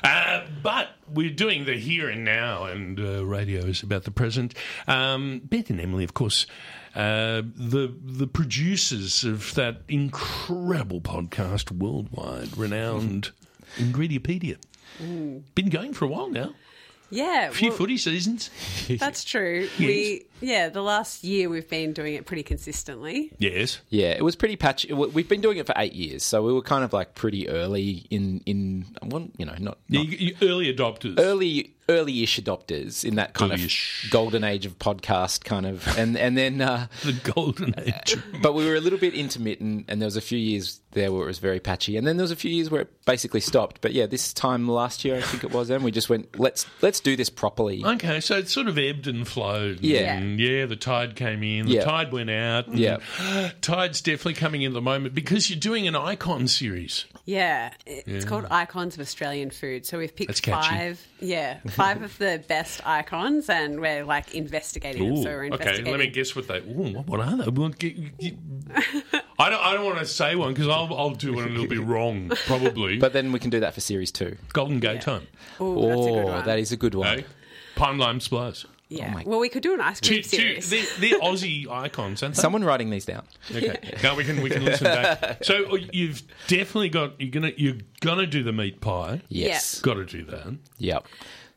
uh, but we're doing the here and now, and uh, radio is about the present. Um, ben and Emily, of course, uh, the the producers of that incredible podcast, worldwide renowned Ingredipedia. Been going for a while now.
Mm. Yeah.
A few
well,
footy seasons. (laughs)
That's true. We yeah, the last year we've been doing it pretty consistently.
Yes.
Yeah, it was pretty patchy. w- We've been doing it for eight years, so we were kind of like pretty early in in well, you know, not,
Yeah, you- you- early adopters.
early early-ish adopters in that kind of golden age of podcast kind of and and then uh,
the golden age
but we were a little bit intermittent and there was a few years there where it was very patchy and then there was a few years where it basically stopped but yeah this time last year i think it was and we just went let's let's do this properly
Okay, so it sort of ebbed and flowed.
Yeah.
And yeah, the tide came in, the
Yeah.
tide went out. and
Yeah.
Tide's definitely coming in at the moment because you're doing an icon series.
Yeah. It's
Yeah.
called Icons of Australian Food. So we've
That's
picked
catchy.
five yeah, five of the best icons and we're like investigating them. So we're
okay,
investigating.
let me guess what they. Ooh, what, what are they? Well, g- g- I don't, I don't want to say one because I'll, I'll do one and it'll (laughs) be wrong, probably.
but then we can do that for series two Oh,
Golden Gay time.
Ooh, that's a good one.
that is a good one
Pine Lime Splice.
yeah. well we could do an ice
Two-
cream
two-
series.
they're, they're
(laughs)
Aussie icons, aren't they?
someone writing these down
Okay. No, we can we can listen back. So oh, you've definitely got you're gonna you're gonna do the meat pie.
Yes.
Got to do that.
Yep.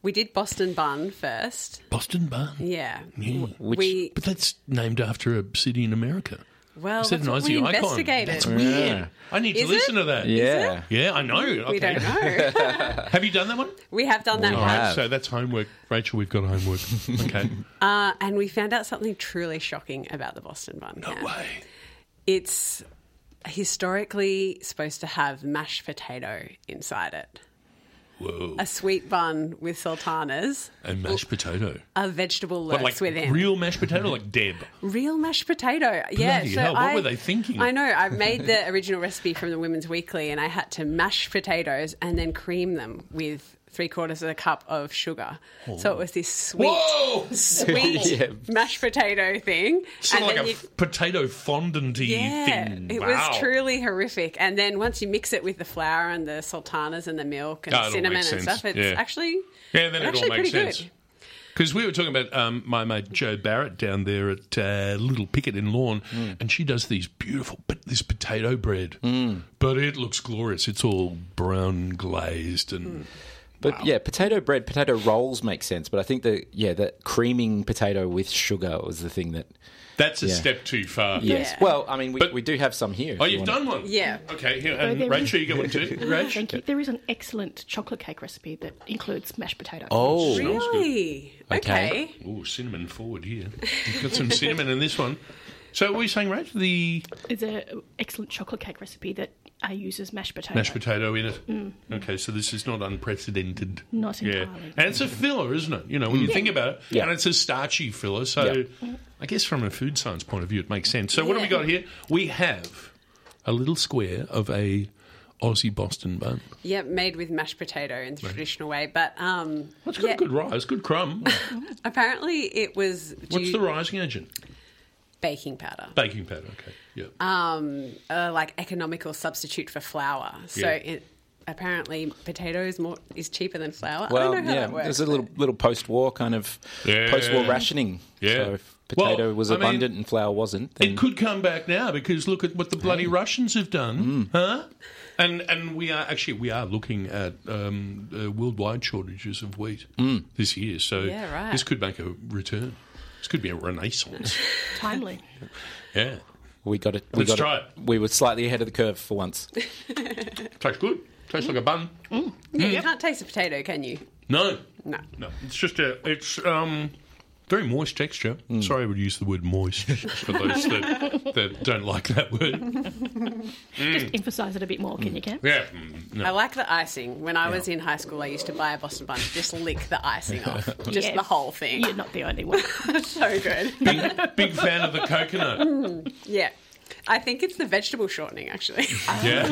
We did Boston Bun first.
Boston bun.
Yeah.
Yeah.
Which- We-
but that's named after a city in America.
Well,
Is that
that's
an
what we
Aussie icon?
investigated.
That's weird.
Yeah.
I need to
Is
listen
it?
to that.
Yeah.
Yeah, I know. Okay.
We don't know.
have you done that one?
We have done that
All
one.
right, so that's homework. Rachel, we've got homework. (laughs) Okay.
Uh, and we found out something truly shocking about the Boston bun. No way. It's historically supposed to have mashed potato inside it.
Whoa.
A sweet bun with sultanas,
And mashed potato.
a vegetable
What, like
lurks within.
real mashed potato, like Deb.
Real mashed potato. Yeah.
Bloody
so
hell, what
I-
were they thinking?
I know. I made the original recipe from the Women's Weekly and I had to mash potatoes and then cream them with three quarters of a cup of sugar. So it was this sweet,
Whoa! (laughs)
sweet
Yeah.
mashed potato thing.
Sort of
and
like
then
a
you-
f- potato fondant-y thing.
it
Wow.
was truly horrific. And then once you mix it with the flour and the sultanas and the milk and
Oh, it
the
all
cinnamon and
makes sense.
stuff, it's
Yeah.
actually
Yeah, then it
actually
all makes
pretty
sense.
good.
Because we were talking about um, my mate Joe Barrett down there at uh, Little Picket in Lawn, and she does these beautiful, but this potato bread. But it looks glorious. It's all brown glazed
Mm.
and
But yeah, potato bread, potato rolls make sense. But I think that yeah, that creaming potato with sugar was the thing that.
that's a
Yeah.
step too far.
Yes. Well, I mean, we, we do have some here. if
Oh,
you
you've
want it.
done one?
Yeah.
Okay, here,
But
and
there
Rach,
is-
you get one (laughs) too? Rach?
Thank you. There is an excellent chocolate cake recipe that includes mashed potato.
Oh. Smells good.
Really? Okay.
Oh, cinnamon forward here. You've got some cinnamon in this one. So, what were you saying, Rach? The
It's an excellent chocolate cake recipe that uh, uses mashed potato.
mashed potato in it.
Mm.
Okay, so this is not unprecedented.
Not
Yeah.
entirely.
And it's a filler, isn't it? You know, when you
Mm. Yeah.
think about it,
Yeah.
and it's a starchy filler. So I guess from a food science point of view, it makes sense. So what have we
Yeah.
got here? We have a little square of a Aussie Boston bun.
Yeah, made with mashed potato in the
Right.
traditional way. But um,
It's got
yeah,
a good rise, good crumb.
(laughs) apparently it was
What's
due-
the rising agent?
baking powder.
Baking powder. Okay. Yeah.
um, a, like economical substitute for flour. So
Yeah.
it,
apparently potatoes more is cheaper than flour. I
Well,
don't know how
yeah,
that works.
there's a little little post-war kind of
Yeah.
post-war rationing.
Yeah.
So if potato
Well,
was
I mean,
abundant and flour wasn't, then
It could come back now because look at what the bloody Russians have
Mm.
done, huh? And and we are actually we are looking at um, uh, worldwide shortages of wheat
Mm.
this year, so
Yeah, right.
this could make a return. This could be a renaissance.
Timely.
yeah,
we got it. We
Let's
got
try
it. We were slightly ahead of the curve for once.
tastes good. Tastes like a bun.
Yeah, You can't taste a potato, can you?
No,
Mm. No.
no, it's just a it's um. Very moist texture.
Mm.
Sorry, I would use the word moist (laughs) for those that, that don't like that word.
Just emphasise it a bit more, can you, Cam?
Yeah, mm, no.
I like the icing. When I was in high school, I used to buy a Boston bun, just lick the icing off,
(laughs)
just
Yeah.
the whole thing.
You're not the only one.
(laughs) so good.
Big fan of the coconut.
Mm, (laughs) yeah. I think it's the vegetable shortening, actually.
(laughs) Yeah.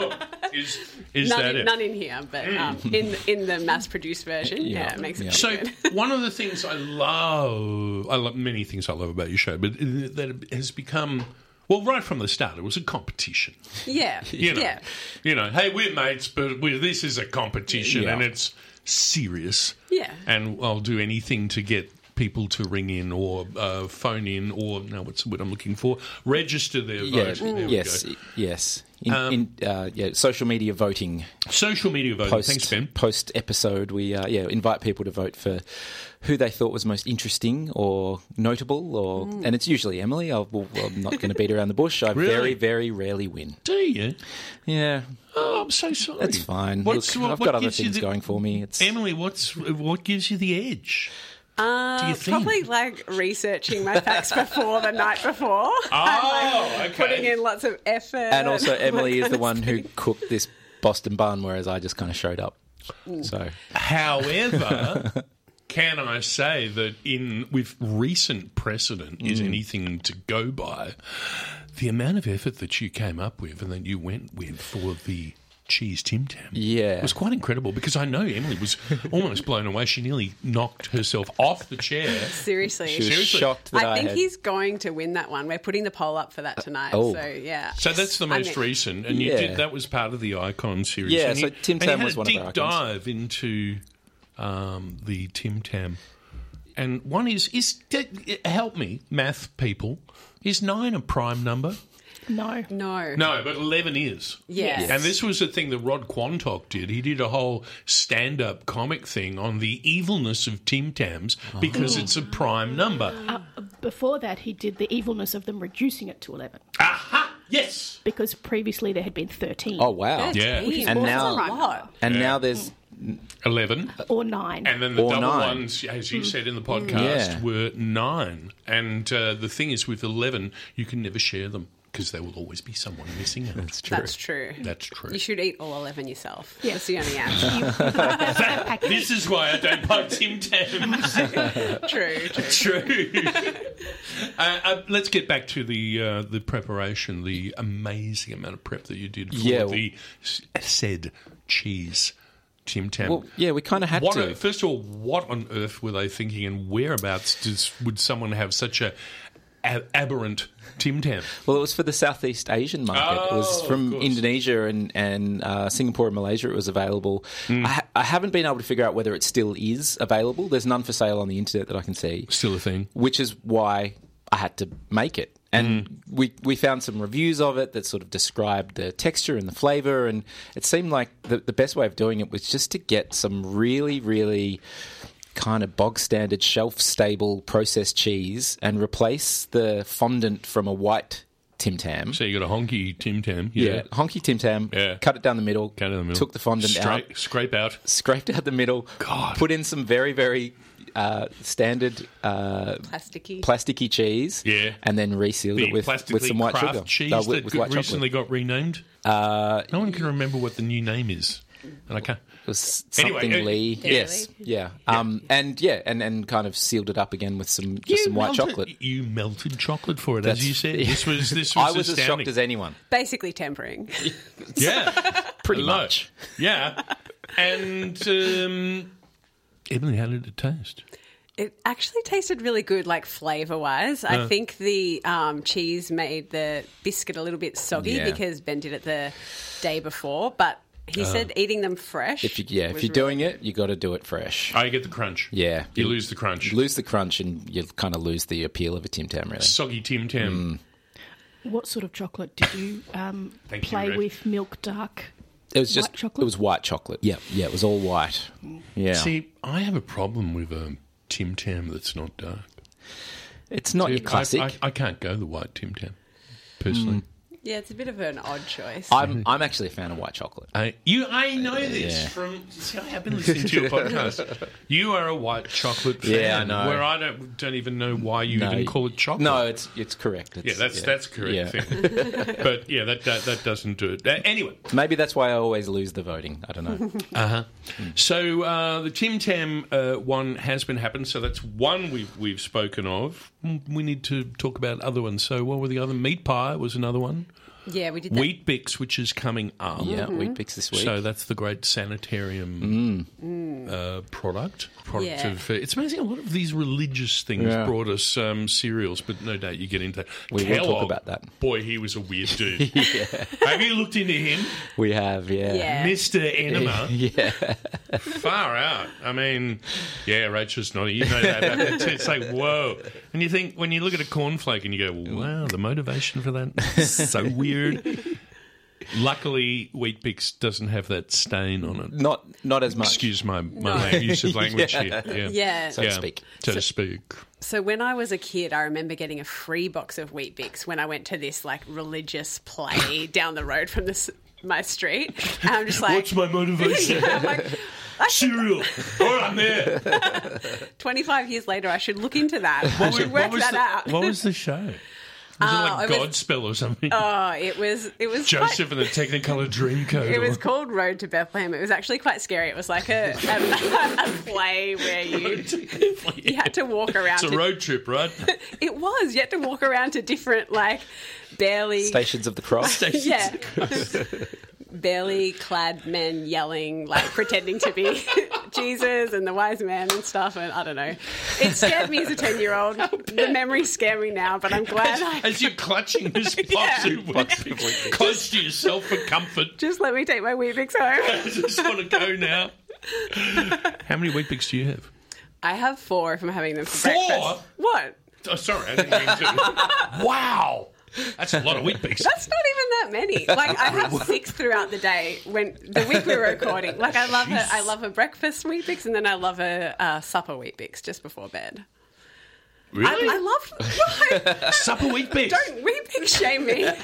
Oh, is is
none,
that
in,
it? Mm.
none in here, but um, in in the mass-produced version, yeah, it makes it
so
pretty good. (laughs)
one of the things I love, I love many things I love about your show, but uh, that it has become well right from the start. It was a competition.
Yeah,
(laughs) You know,
yeah,
you know. Hey, we're mates, but we this is a competition,
Yeah.
and it's serious.
Yeah.
and I'll do anything to get people to ring in or uh, phone in or no, what's the word I'm looking for? Register their
yeah.
vote. There we
Yes.
go.
Yes. In,
Um,
in, uh, yeah, social media voting.
Social media voting.
Post,
Thanks, Ben.
Post episode, we uh, yeah invite people to vote for who they thought was most interesting or notable, or and it's usually Emily. I'll, well, I'm not going to beat around the bush. I very
Really?
very rarely win.
Do you?
Yeah,
Oh, I'm so sorry.
that's fine.
What's-
Look,
what-
I've
what
got other
gives you
things
the-
going for me. It's
Emily, what's what gives you the edge?
Uh,
Do you think?
Probably like researching my facts before the night (laughs) before. Oh,
okay.
Putting in lots of effort.
and
(laughs)
also Emily is the one who cooked this Boston bun, whereas I just kind of showed up. So (laughs)
However, can I say that in with recent precedent is anything to go by, the amount of effort that you came up with and that you went with for the cheese Tim Tam
yeah,
was quite incredible because I know Emily was almost blown away. She nearly knocked herself off the chair.
Seriously.
She was Seriously. shocked that I
think
had-
he's going to win that one. We're putting the poll up for that tonight.
oh.
So, yeah.
So that's the
I'm
most
in.
recent, and you
Yeah.
did that was part of the Icon series.
Yeah,
and
so
you,
Tim
and you
Tam
had
was
a
one of
deep
the Icons.
dive into um, the Tim Tam, and one is is d- help me, math people, is nine a prime number?
No.
No.
No, but eleven is.
Yes. Yes.
And this was a thing that Rod Quantock did. He did a whole stand-up comic thing on the evilness of Tim Tams
Oh.
because it's a prime number.
Uh, before that, he did the evilness of them reducing it to 11.
Aha! Yes!
Because previously there had been 13.
oh wow,
Yeah.
Which is
and
awesome.
now and now there's
Eleven.
Or 9.
And then the
Or
double
nine. Mm.
ones, as you said in the podcast,
Yeah.
were nine. And uh, the thing is, with 11, you can never share them because there will always be someone missing out. That's
That's true.
That's true.
You should eat all 11 yourself.
Yeah.
That's
(laughs)
the only answer.
this is why I don't buy Tim Tams.
(laughs) true, true.
True. (laughs) uh, uh, let's get back to the uh, the preparation, the amazing amount of prep that you did for
Yeah.
the s- said cheese Tim Tam.
Well, yeah, we kind of had
What
to.
on- first of all, what on earth were they thinking, and whereabouts does, would someone have such a, a- aberrant Tim Tam?
Well, it was for the Southeast Asian market. it
Oh,
was
of
from
course.
Indonesia and and uh, Singapore and Malaysia. It was available.
Mm.
I, ha- I haven't been able to figure out whether it still is available. There's none for sale on the internet that I can see.
Still a thing.
which is why I had to make it. And
Mm.
we we found some reviews of it that sort of described the texture and the flavor, and it seemed like the, the best way of doing it was just to get some really really kind of bog standard shelf stable processed cheese and replace the fondant from a white Tim Tam.
So you got a honky Tim Tam.
Yeah.
Yeah.
honky Tim Tam.
Yeah.
cut it down the middle.
Down in the middle.
Took the fondant out
Straight, Scrape out.
scraped out the middle,
God.
put in some very, very uh, standard uh,
Plasticky.
plasticky cheese,
Yeah.
and then resealed
The
it with,
plastically
with some white
Kraft
sugar.
cheese
No, with-
that
with
got-
white chocolate.
recently got renamed.
Uh,
No one can remember what the new name is. And I can't.
it was
Anyway,
something
uh,
Lee.
Daily?
Yes, yeah. Um, and yeah, and, and kind of sealed it up again with some just some white
melted,
chocolate.
You melted chocolate for it,
That's-
as
(laughs)
you said. This was this was
I was as
astounding.
shocked as anyone.
Basically tempering.
Yeah,
Pretty
Hello.
much.
yeah. And um, Emily, how did it taste?
It actually tasted really good, like flavour wise.
Yeah.
I think the um, cheese made the biscuit a little bit soggy
Yeah.
because Ben did it the day before, but He said eating them fresh.
If you, yeah, if
was
you're doing it, you got to do it fresh.
I get the crunch.
Yeah,
You lose the crunch.
Lose the crunch, and you kind of lose the appeal of a Tim Tam. Really
soggy Tim
Mm.
Tam.
What sort of chocolate did you um,
Thank you,
play
Red.
with? Milk dark.
It was just
White chocolate?
it was white chocolate. Yeah, yeah, it was all white. Yeah,
See, I have a problem with a Tim Tam that's not dark.
It's not your
I-
classic. Mm.
I, I can't go the white Tim Tam, personally.
Yeah, it's a bit of an odd choice.
I'm I'm actually a fan of white chocolate.
I, you, I know this
Uh, Yeah.
from. See, I have been listening
(laughs)
to your podcast. You are a white chocolate fan.
Yeah, I know.
Where I don't don't even know why you
No,
even call it chocolate.
No, it's it's correct. It's-
yeah, that's that's correct
Yeah.
thing. but yeah, that, that that doesn't do it. Uh, anyway,
(laughs) Maybe that's why I always lose the voting. I don't know.
Uh huh. So uh, the Tim Tam uh, one has been happened. So that's one we've we've spoken of. Mm, We need to talk about other ones. So what were the other? Meat pie was another one.
Yeah, we did that.
Wheat Bix, which is coming up.
Yeah, Mhm. Wheat Bix this week.
So that's the great sanitarium
Mm.
uh, product. Product
Yeah.
of uh, it's amazing. A lot of these religious things
Yeah.
brought us um, cereals, but no doubt you get into that.
We will talk
Kellogg,
about that.
Boy, he was a weird
(laughs)
dude. Have you looked into him?
we have, yeah,
Yeah. Mr. Enema.
(laughs) yeah,
Far out. I mean, yeah, Rachel's not. You know that. About it. It's like whoa. And you think when you look at a cornflake and you go, wow, the motivation for that is so weird. Luckily, Wheat Bix doesn't have that stain on it.
Not not as much.
Excuse my, my
No.
lang- use of
(laughs)
language
Yeah.
here. Yeah.
Yeah. So to
speak.
So to speak.
So when I was a kid, I remember getting a free box of Wheat Bix when I went to this like religious
(laughs)
play down the road from this my street.
(laughs)
And I'm just like,
What's my
(laughs)
motivation?
Yeah, I'm like,
Cereal. All right,
(laughs)
I'm there.
25 years later, I should look into that. I should work
was
that
the,
out.
What was the show? Was
Oh,
it like
it was-
Godspell or something?
(laughs) Oh, it was it was quite-
Joseph and the Technicolor Dreamcoat.
(laughs) It was
or-
called Road to Bethlehem. It was actually quite scary. It was like a, a, (laughs) a play where
(laughs)
you (laughs) you had to walk around.
It's a
to-
road
(laughs)
trip, right?
It was. You had to walk around to different like barely
Stations of the
(laughs)
Cross.
yeah, barely clad men yelling like pretending to
(laughs)
be Jesus and the wise man and stuff. And I don't know. It scared me as a ten year
(laughs)
old. The memories scare me now, but I'm glad I (laughs)
As you're clutching this box and whipping, close to yourself for comfort. (laughs)
just let me take my wee bix home.
I just want to go now. How many wheat picks do you have?
I have four if I'm having them for
Four?
breakfast. What?
Oh, sorry, I didn't mean to. (laughs) wow, that's a lot of wheat picks.
That's not even that many. Like I
(laughs)
have six throughout the day. When the week we were recording, like I love a, I love a breakfast wheat bix, and then I love a uh, supper wheat bix just before bed.
Really?
I, I love (laughs)
Supper wheat bix.
Don't wheat bix shame
(laughs)
me.
does,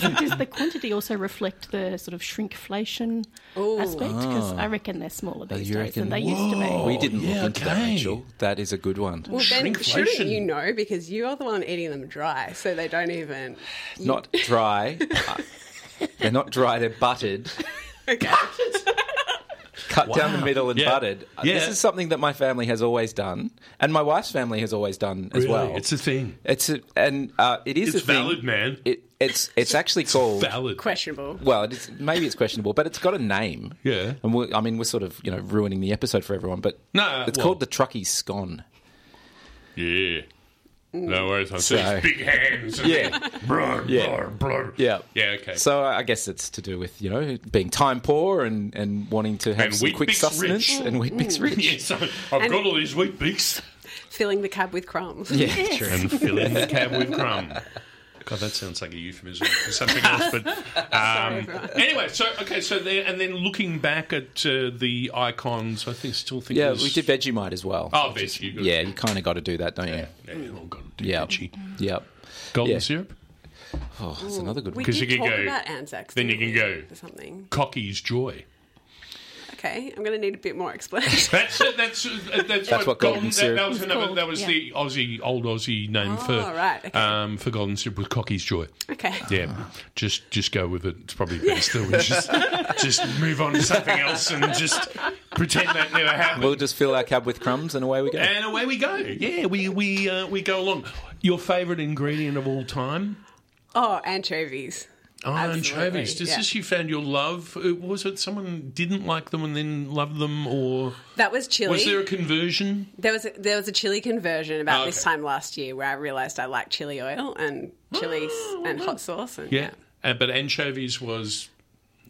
does the quantity also reflect the sort of shrinkflation aspect? Because
Ah.
I reckon they're smaller these
you
days
reckon?
than they used to be.
We didn't
yeah,
look into that,
okay.
Rachel. That is a good one.
Well, then shouldn't you know because you're the one eating them dry, so they don't even.
Not dry. Uh, they're not dry. They're buttered.
Okay.
Cut down the
Wow.
middle and
Yeah.
buttered. Uh, This
Yeah.
is something that my family has always done, and my wife's family has always done as
Really?
well.
It's a thing.
It's a, and uh, it is
It's
a thing.
valid, man.
It, it's it's actually called
Valid.
Questionable.
Well, it is, maybe it's questionable, but it's got a name.
Yeah.
and we're, I mean we're sort of you know ruining the episode for everyone, but
No,
it's
well-
called the Truckee Scone.
Yeah. No worries. I'm
Mm. So-
just big hands. And
(laughs) Yeah.
Brr,
Yeah.
brr, brr.
Yeah,
Yeah. Okay.
So I I guess it's to do with you know being time poor and, and wanting to have
And
some
Weet
quick
Bix
sustenance
rich.
and wheat bix
(laughs)
rich.
yeah, so I've
And-
got all these wheat picks
Filling the cab with crumbs.
Yeah, true.
and filling the cab with crumb. God, that sounds like a euphemism for something else.
(laughs)
But um, anyway, so okay, so there, and then looking back at uh, the icons, I think still think
Yeah,
there's-
we did Vegemite as well.
Oh, Veg, you got-
yeah, you kind of got to do that, don't you?
Yeah, oh God, dude,
Yeah,
Veggie.
yep.
golden
Yeah.
syrup.
Oh, that's another good
We
one.
Because
did
you can
talk
go-
about Anzacs.
Then you
didn't
can
we,
go
for something.
cocky's joy.
Okay, I'm going to need a bit more explanation.
That's it, that's uh, that's,
That's what golden
that-
syrup
That, was,
is
another,
called,
that was
yeah.
the Aussie old Aussie name for
Oh, right, okay.
um, for golden syrup was cocky's joy.
(laughs) Okay.
Yeah,
Ah.
just just go with it. It's probably
(laughs)
best that we just just move on to something else and just pretend that never happened.
We'll just fill our cab with crumbs and away we go.
And away we go. Yeah, we we uh, we go along. Your favourite ingredient of all time?
Oh, anchovies.
Oh,
Absolutely,
anchovies. Does
yeah.
this you found your love? Uh, Was it someone didn't like them and then loved them, or
That was chili.
was there a conversion?
There was a, there was a chili conversion about
Oh,
this
okay.
time last year where I realised I
Oh,
liked chili oil and chili s and hot sauce and yeah.
Uh, but anchovies was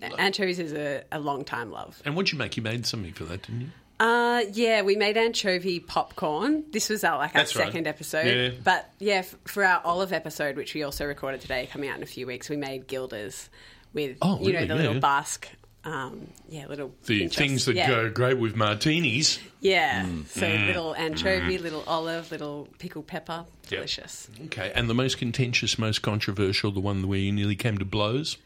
Anchovies is a, a long time love.
And what'd you make? You made something for that, didn't you?
Uh, yeah, we made anchovy popcorn. This was our like our
That's right.
second episode,
Yeah.
but yeah, f- for our olive episode, which we also recorded today, coming out in a few weeks, we made gilders with
Oh,
you know
really?
the
Yeah,
little
yeah.
Basque, um, yeah, little
The
interest-
things that
yeah.
go great with martinis.
Yeah,
Mm.
so
Mm.
little anchovy,
Mm.
little olive, little pickled pepper,
Yep.
delicious.
Okay, and the most contentious, most controversial, the one where you nearly came to blows.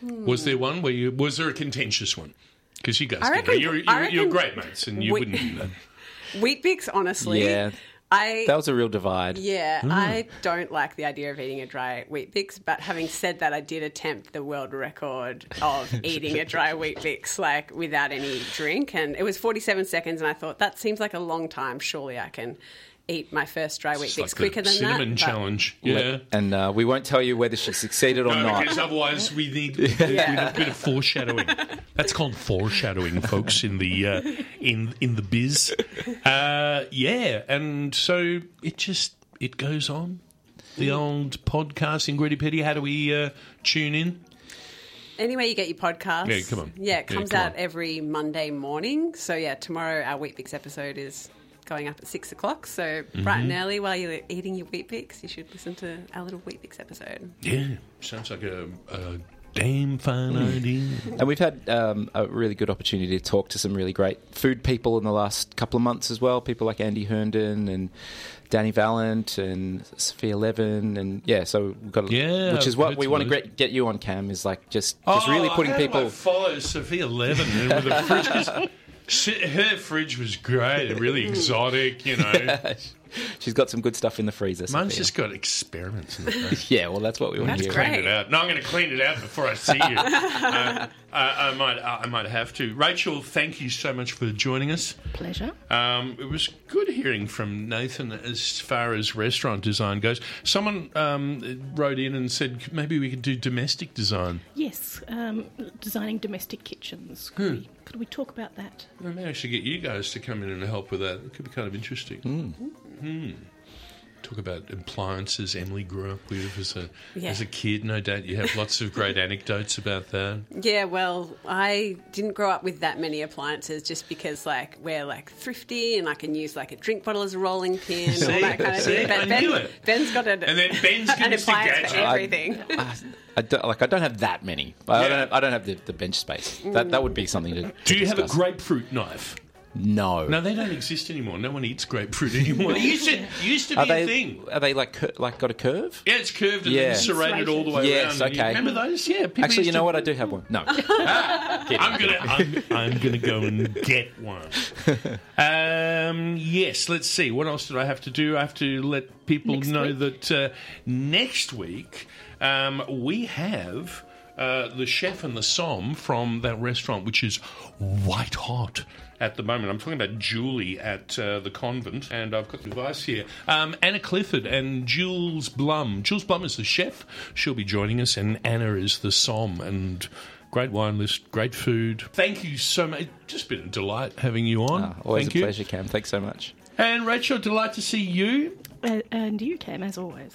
Was there one where you was there a contentious one? Because you guys,
I
did
reckon-
you're, you're,
I
you're
reckon
great mates, and you
we- (laughs)
wouldn't do that.
Wheat bix, honestly,
Yeah.
I
That was a real divide.
Yeah,
Hmm.
I don't like the idea of eating a dry wheat bix, but having said that, I did attempt the world record
(laughs)
of eating a dry wheat bix like without any drink, and it was 47 seconds, and I thought that seems like a long time. Surely I can eat my first dry wheat
It's
bix
like the
quicker than
cinnamon
that. but-
challenge.
Yeah. And uh, we won't tell you whether she succeeded or
No,
not.
because otherwise we
(laughs)
need we need a bit of foreshadowing. That's called foreshadowing, folks, in the uh, in in the biz. Uh, yeah, and so it just it goes on. The old podcasting, Gritty Petty. How do we uh, tune in?
Anyway, you get your podcast.
Yeah, come on.
Yeah,
Yeah,
it comes
come
out
on.
every Monday morning. So yeah, tomorrow our wheat bix episode is going up at six o'clock. So bright and
Mhm.
early while you're eating your wheat bix, you should listen to our little wheat bix episode.
Yeah, sounds like a, a damn fine
Hmm.
idea.
And we've had um, a really good opportunity to talk to some really great food people in the last couple of months as well. People like Andy Herndon and Danny Vallant and Sophia Levin, and yeah, so we've got
Yeah,
which is
I've
what
heard
we
some
want
of
to
those.
get, get you on cam is like just
Oh,
just really putting
how do I
people.
follow Sophia Levin and with the fridges. She, her fridge was great, really
(laughs)
exotic, you know.
She's got some good stuff in the freezer.
Mine's
Sophia.
just got
(laughs)
experiments in it.
yeah, well, that's what we want
That's
to hear.
clean it out. No, I'm going to clean it out before I see you. Uh, I, I might, uh, I might have to. Rachel, thank you so much for joining us.
Pleasure.
Um, it was good hearing from Nathan as far as restaurant design goes. Someone um, wrote in and said maybe we could do domestic design.
Yes, um, designing domestic kitchens. Could,
Hmm.
we, could we talk about that?
I may actually get you guys to come in and help with that. It could be kind of interesting. Hmm. Talk about appliances Emily grew up with as a
Yeah.
as a kid. No doubt you have lots of great anecdotes about that.
Yeah, well, I didn't grow up with that many appliances just because, like, we're like thrifty and I can use like a drink bottle as a rolling pin and all
See?
that kind of
See?
thing.
I
But
knew
ben,
it.
Ben's got an,
And then Ben's
an
given us the
appliance for
gadget.
everything.
I don't, like I don't have that many. I don't have, I don't have the, the bench space. That that would be something to. to
Do you have a
discuss.
grapefruit knife?
No.
No, they don't exist anymore. No one
(laughs)
eats grapefruit anymore. It used to, used to be
Are they
a thing.
are they like cur- like got a curve?
Yeah, it's curved and then serrated all the way
yes,
around.
Okay.
Remember those? Yeah. people
Actually,
used
you know
to-
what? I do have one. No.
I'm gonna I'm, I'm gonna go and get one. Um, yes, let's see. What else did I have to do? I have to let people know that uh, next week um, we have. Uh, the chef and the som from that restaurant, which is white hot at the moment. I'm talking about Julie at uh, the convent, and I've got the device here. Um, Anna Clifford and Jules Blum. Jules Blum is the chef. She'll be joining us, and Anna is the som. And Great wine list, great food. Thank you so much. Just been a delight having you on.
Always
Thank
a
you.
pleasure, Cam. Thanks so much.
And Rachel, delight to see you.
Uh, and you, Cam, as always.